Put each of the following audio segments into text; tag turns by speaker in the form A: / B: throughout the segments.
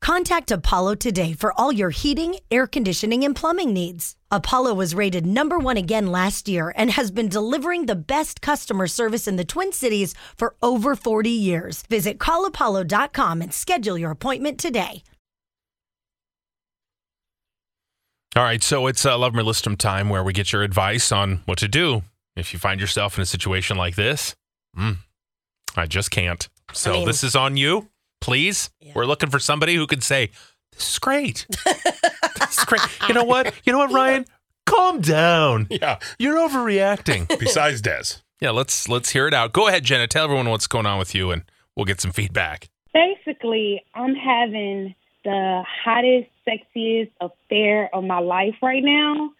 A: Contact Apollo today for all your heating, air conditioning, and plumbing needs. Apollo was rated number one again last year and has been delivering the best customer service in the Twin Cities for over 40 years. Visit callapollo.com and schedule your appointment today.
B: All right, so it's uh, Love Mer Listum time where we get your advice on what to do if you find yourself in a situation like this. Mm, I just can't. So
A: mean-
B: this is on you, please. We're looking for somebody who can say, "This is great. this is great." You know what? You know what, Ryan? Calm down.
C: Yeah.
B: You're overreacting.
C: Besides Des.
B: yeah, let's let's hear it out. Go ahead, Jenna. Tell everyone what's going on with you, and we'll get some feedback.
D: Basically, I'm having the hottest, sexiest affair of my life right now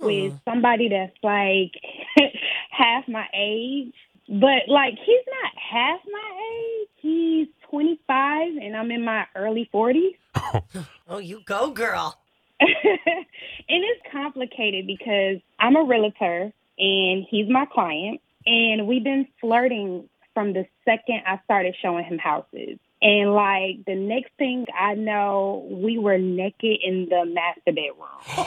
D: with somebody that's like half my age. But like, he's not half my age. He's 25 and I'm in my early 40s.
A: Oh, you go, girl.
D: and it's complicated because I'm a realtor and he's my client. And we've been flirting from the second I started showing him houses. And like the next thing I know, we were naked in the master bedroom.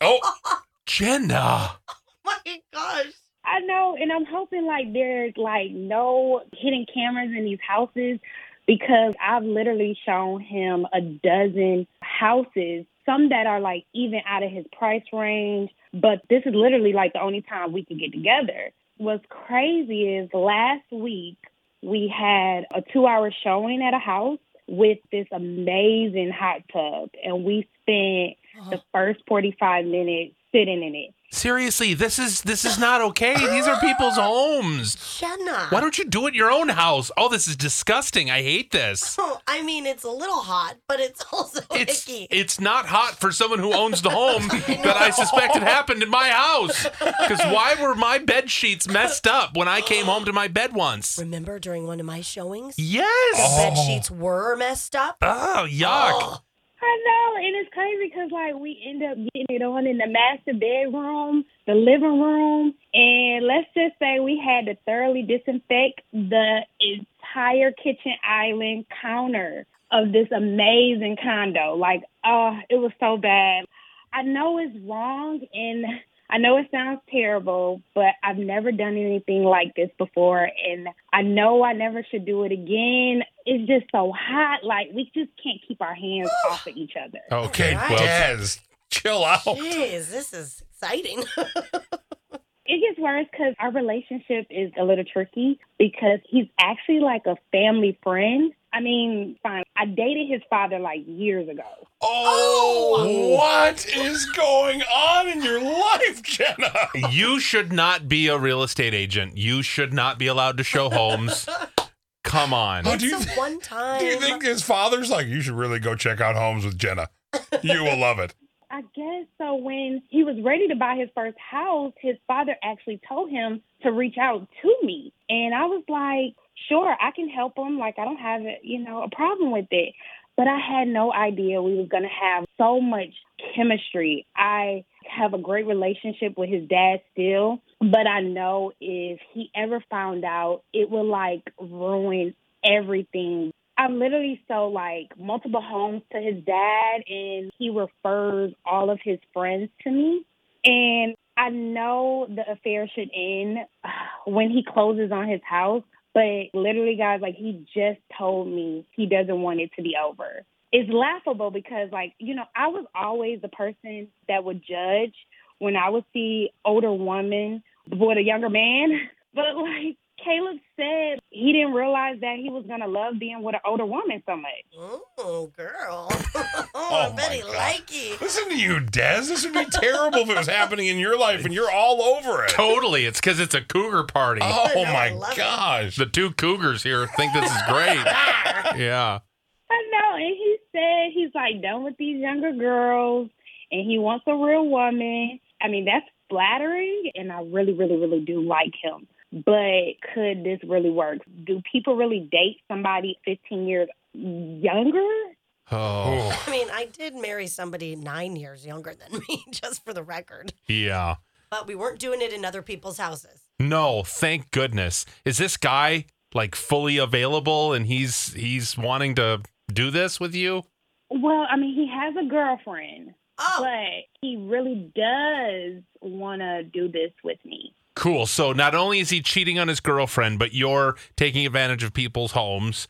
C: Oh,
B: Jenna.
A: My gosh.
D: I know, and I'm hoping like there's like no hidden cameras in these houses because I've literally shown him a dozen houses, some that are like even out of his price range, but this is literally like the only time we could get together. What's crazy is last week we had a two hour showing at a house with this amazing hot tub and we spent the first 45 minutes sitting in it.
B: Seriously, this is this is not okay. These are people's homes.
E: Jenna.
B: Why don't you do it in your own house? Oh, this is disgusting. I hate this.
E: Oh, I mean, it's a little hot, but it's also
B: It's
E: icky.
B: it's not hot for someone who owns the home that I suspect it happened in my house. Because why were my bed sheets messed up when I came home to my bed once?
E: Remember during one of my showings,
B: Yes.
E: the bed
C: Oh.
E: sheets were messed up.
B: Oh, yuck.
E: Oh,
D: I know, and it's crazy because like we end up getting it on in the master bedroom, the living room, and let's just say we had to thoroughly disinfect the entire kitchen island counter of this amazing condo. Like, oh, it was so bad. I know it's wrong, and I know it sounds terrible, but I've never done anything like this before, and I know I never should do it again. It's just so hot. Like, we just can't keep our hands off of each other.
C: okay.
E: All Oh. right.
C: Well, Oh, Des, chill out.
E: jeez, this is exciting.
C: Oh,
D: It gets worse because our relationship is a little tricky because he's actually like a family friend. I mean, fine. I dated his father like years ago.
C: Oh, what is going on in your life, Jenna?
B: You should not be a real estate agent. You should not be allowed to show homes. Come on.
C: Oh, do you
E: it's
C: thi-
E: a one time.
C: Do you think his father's like, you should really go check out homes with Jenna? You will love it.
D: I guess so. When he was ready to buy his first house, his father actually told him to reach out to me. And I was like, sure, I can help him. Like, I don't have, you know, a problem with it. But I had no idea we was going to have so much chemistry. I have a great relationship with his dad still, but I know if he ever found out, it would like ruin everything I'm literally so like multiple homes to his dad, and he refers all of his friends to me. And I know the affair should end when he closes on his house, but literally, guys, like he just told me he doesn't want it to be over. It's laughable because, like, you know, I was always the person that would judge when I would see older woman with a younger man. But like Caleb said, he didn't realize that he was gonna love being with an older woman so much.
E: Oh, girl.
C: Oh,
E: oh, I bet
C: my
E: he
C: God.
E: like it.
C: Listen to you, Des. This would be terrible if it was happening in your life and you're all over it.
B: Totally. It's because it's a cougar party.
C: Oh,
E: I
C: my
E: love it.
C: gosh.
B: The two cougars here think this is great. Yeah.
D: I know, and he said he's like done with these younger girls and he wants a real woman. I mean, that's flattering and I really, really, really do like him. But could this really work? Do people really date somebody fifteen years younger?
B: Oh.
C: Oh,
E: I mean, I did marry somebody nine years younger than me, just for the record.
B: Yeah.
E: But we weren't doing it in other people's houses.
B: No, thank goodness. Is this guy like fully available and he's he's wanting to do this with you?
D: Well, I mean, he has a girlfriend,
E: Oh,
D: but he really does want to do this with me.
B: Cool. So not only is he cheating on his girlfriend, but you're taking advantage of people's homes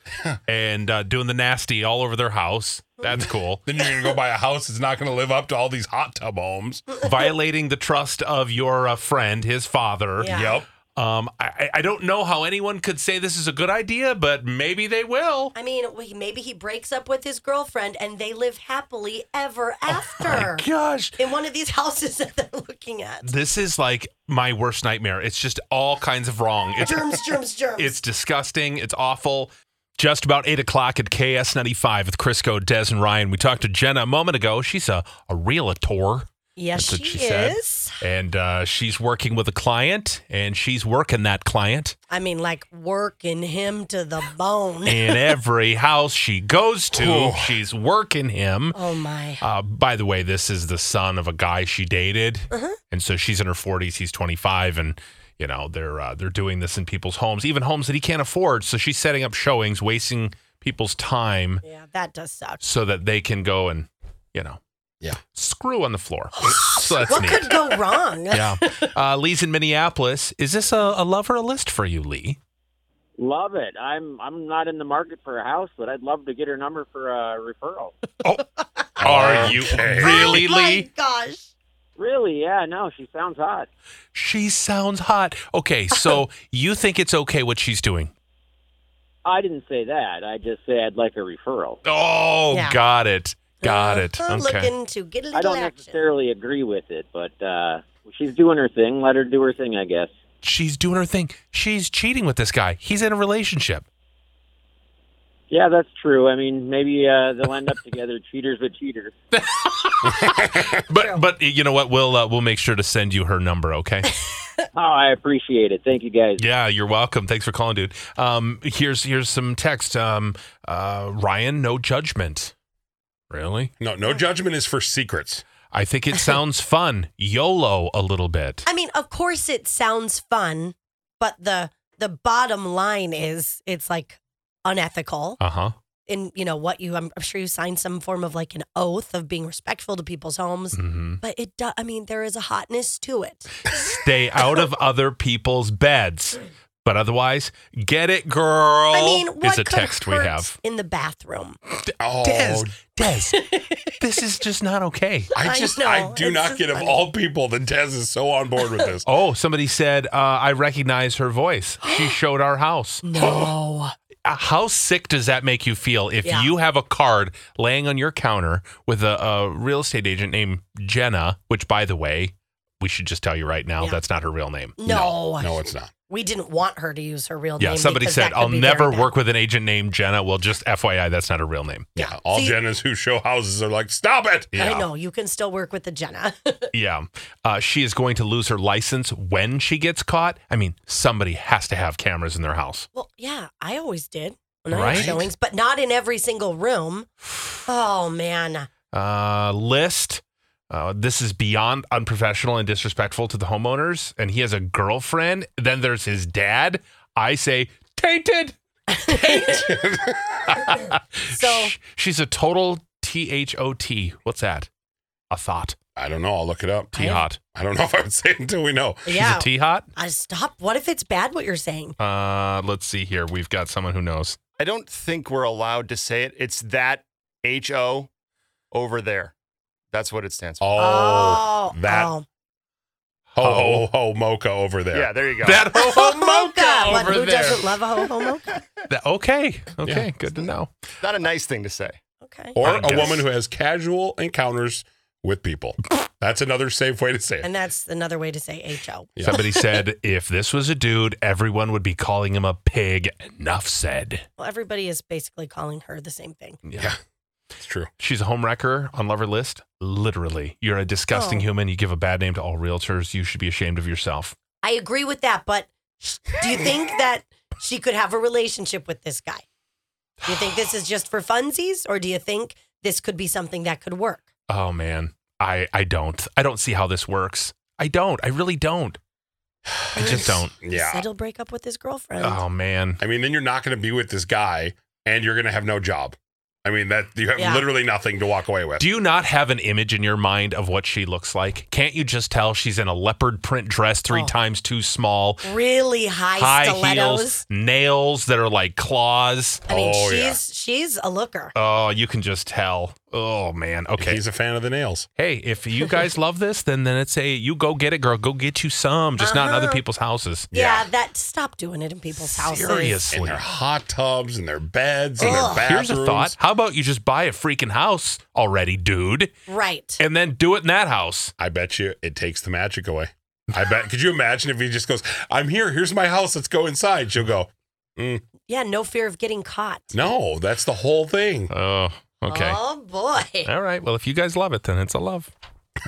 B: and uh, doing the nasty all over their house. That's cool.
C: Then you're going to go buy a house that's not going to live up to all these hot tub homes.
B: Violating the trust of your uh, friend, his father.
E: Yeah.
C: Yep.
B: Um, I, I- I don't know how anyone could say this is a good idea, but maybe they will.
E: I mean, we- maybe he breaks up with his girlfriend and they live happily ever
B: Oh
E: after
B: Gosh.
E: in one of these houses that they're looking at.
B: This is like my worst nightmare. It's just all kinds of wrong. It's
E: Germs, germs, germs.
B: It's disgusting. It's awful. Just about 8 o'clock at KS95 with Crisco, Des, and Ryan. We talked to Jenna a moment ago. She's a, a realtor,
E: yes,
B: That's what she
E: she
B: said.
E: is.
B: and uh, she's working with a client, and she's working that client
E: I mean, like working him to the bone.
B: in every house she goes to.
C: Oh.
B: She's working him.
E: oh my.
B: Uh, by the way, this is the son of a guy she dated, and so she's in her 40s. He's 25, and you know they're uh, they're doing this in people's homes, even homes that he can't afford. So she's setting up showings, wasting people's time.
E: Yeah, that does suck.
B: so that they can go and, you know,
C: Yeah.
B: screw on the floor. so that's
E: What
B: neat.
E: could go wrong?
B: yeah. Uh, Lee's in Minneapolis. Is this a, a love or a list for you, Lee?
F: Love it. I'm I'm not in the market for a house, but I'd love to get her number for a referral.
B: Are you
C: Okay.
B: really,
E: Oh my
B: Lee?
E: gosh.
F: Really? Yeah. No, she sounds hot.
B: She sounds hot. Okay, so you think it's okay what she's doing?
F: I didn't say that. I just say I'd like a referral.
B: Oh,
E: Yeah.
B: got it. Got
E: Uh,
B: it.
E: huh,
B: Okay.
E: Looking to get a little
F: I don't
E: action.
F: necessarily agree with it, but uh, she's doing her thing. Let her do her thing, I guess.
B: She's doing her thing. She's cheating with this guy. He's in a relationship.
F: Yeah, that's true. I mean, maybe uh, they'll end up together, cheaters with cheaters.
B: But but you know what? We'll uh, we'll make sure to send you her number, okay?
F: Oh, I appreciate it. Thank you guys.
B: Yeah, you're welcome. Thanks for calling, dude. Um, here's here's some text. Um, uh, Ryan, no judgment. Really?
C: No, no judgment is for secrets.
B: I think it sounds fun. YOLO a little bit.
E: I mean, of course it sounds fun, but the the bottom line is it's like unethical
B: Uh huh.
E: in you know what you I'm, I'm sure you signed some form of like an oath of being respectful to people's homes.
B: hmm
E: But it does I mean, there is a hotness to it.
B: Stay out of other people's beds. But otherwise, get it, girl.
E: I mean, what
B: is a
E: could
B: text we
E: hurt
B: have.
E: in the bathroom?
C: Oh,
B: Des, Des, this is just not okay.
C: I
E: I
C: just,
E: know,
C: I, do
E: it's
C: not
E: just
C: get of
E: funny.
C: all people that Des is so on board with this.
B: Oh, somebody said uh, I recognize her voice. She showed our house.
E: No.
B: Uh, how sick does that make you feel if
E: Yeah.
B: you have a card laying on your counter with a, a real estate agent named Jenna, which, by the way, we should just tell you right now,
E: Yeah.
B: that's not her real name.
E: No.
C: No, it's not.
E: We didn't want her to use her real
B: Yeah,
E: name.
B: somebody
E: because
B: said,
E: that could
B: I'll
E: be
B: never
E: very bad."
B: work with an agent named Jenna. Well, just FYI, that's not her real name.
C: Yeah. All
E: See-
C: Jennas who show houses are like, stop it.
B: Yeah.
E: I know, you can still work with the Jenna.
B: Yeah. Uh, she is going to lose her license when she gets caught. I mean, somebody has to have cameras in their house.
E: Well, yeah, I always did when I
B: Right?
E: had showings, but not in every single room. Oh man,
B: uh, list. Uh, this is beyond unprofessional and disrespectful to the homeowners. And he has a girlfriend. Then there's his dad. I say, tainted.
E: So-
B: Sh- she's a total T H O T. What's that? A thought.
C: I don't know. I'll look it up.
B: T hot.
C: I don't know if I would say it until we know.
E: yeah.
B: She's a T hot.
E: I stop. What if it's bad what you're saying?
B: Uh, let's see here. We've got someone who knows.
G: I don't think we're allowed to say it. It's that H O over there. That's what it stands for.
C: Oh, that-
E: oh.
C: ho, ho, ho, mocha over there.
G: Yeah, there you go.
B: That ho ho
E: Oh, Mocha. What,
B: mocha
E: who
B: over there.
E: doesn't love a ho ho mocha?
B: That- okay. Okay.
C: Yeah.
B: Good to know.
G: Not a nice thing to say.
E: Okay.
C: Or
B: I
C: a
B: guess.
C: woman who has casual encounters with people. That's another safe way to say it.
E: And that's another way to say H O.
C: Yeah.
B: Somebody said if this was a dude, everyone would be calling him a pig. Enough said.
E: Well, everybody is basically calling her the same thing.
C: Yeah. It's true.
B: She's a homewrecker on Lover List. Literally. You're a disgusting
E: Oh.
B: human. You give a bad name to all realtors. You should be ashamed of yourself.
E: I agree with that, but do you think that she could have a relationship with this guy? Do you think this is just for funsies, or do you think this could be something that could work?
B: Oh man. I, I don't. I don't see how this works. I don't. I really don't. I just don't.
E: He
C: Yeah.
E: said he'll break up with his girlfriend.
B: Oh man.
C: I mean, then you're not going to be with this guy and you're going to have no job. I mean, that you have
E: Yeah.
C: literally nothing to walk away with.
B: Do you not have an image in your mind of what she looks like? Can't you just tell she's in a leopard print dress three
E: Oh.
B: times too small,
E: Really high,
B: high
E: stilettos.
B: heels, nails that are like claws?
E: I mean,
C: Oh,
E: she's
C: yeah.
E: she's a looker.
B: Oh, you can just tell. Oh man. Okay.
C: He's a fan of the nails.
B: hey, if you guys love this, then then it's a you go get it, girl. Go get you some, just not in other
E: Uh-huh.
B: people's houses.
E: Yeah, that stop doing it in people's houses.
C: In
B: Seriously.
C: their hot tubs and their beds and their
E: Ugh.
C: bathrooms.
B: Here's a thought. How about you just buy a freaking house already, dude,
E: Right.
B: and then do it in that house?
C: I bet you it takes the magic away. I bet. Could you imagine if he just goes, "I'm here. Here's my house. Let's go inside." She'll go,
E: Yeah, no fear of getting caught.
C: "No, that's the whole thing."
B: Oh, okay.
E: Oh boy.
B: All right. Well, if you guys love it, then it's a love.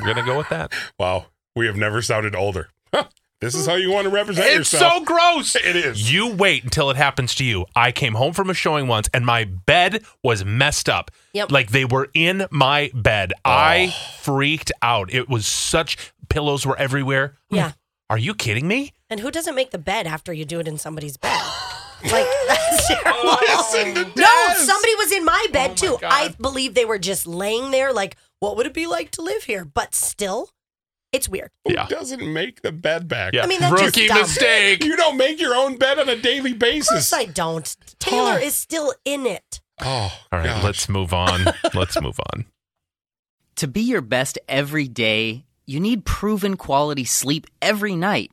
B: We're gonna go with that.
C: Wow, we have never sounded older. this is how you want to represent
B: it's
C: yourself.
B: so gross.
C: It is.
B: You wait until it happens to you. I came home from a showing once and my bed was messed up.
E: Yep. Oh.
B: Like they were in my bed. I freaked out. It was such pillows were everywhere. I'm
E: Yeah.
B: like, Are you kidding me?
E: And who doesn't make the bed after you do it in somebody's bed? like that's terrible.
C: Listen to
E: No,
C: Des.
E: somebody was in my
B: Oh,
E: bed
B: my
E: too.
B: God.
E: I believe they were just laying there like, what would it be like to live here? But still, it's weird.
C: Who
B: Yeah.
C: doesn't make the bed back?
B: Yeah.
E: I mean, that's just um,
B: Rookie
E: dumb.
B: mistake.
C: You don't make your own bed on a daily
E: Of course
C: basis.
E: I don't. Taylor is still in it.
C: oh,
B: All right,
C: gosh.
B: let's move on. Let's move on.
H: To be your best every day, you need proven quality sleep every night.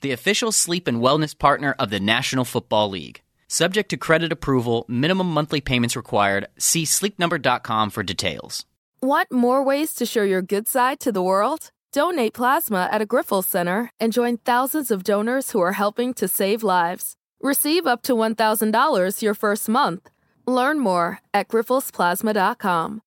H: the official sleep and wellness partner of the National Football League. Subject to credit approval, minimum monthly payments required. See sleepnumber.com for details.
I: Want more ways to show your good side to the world? Donate plasma at a Griffles Center and join thousands of donors who are helping to save lives. Receive up to $1,000 your first month. Learn more at grifflesplasma.com.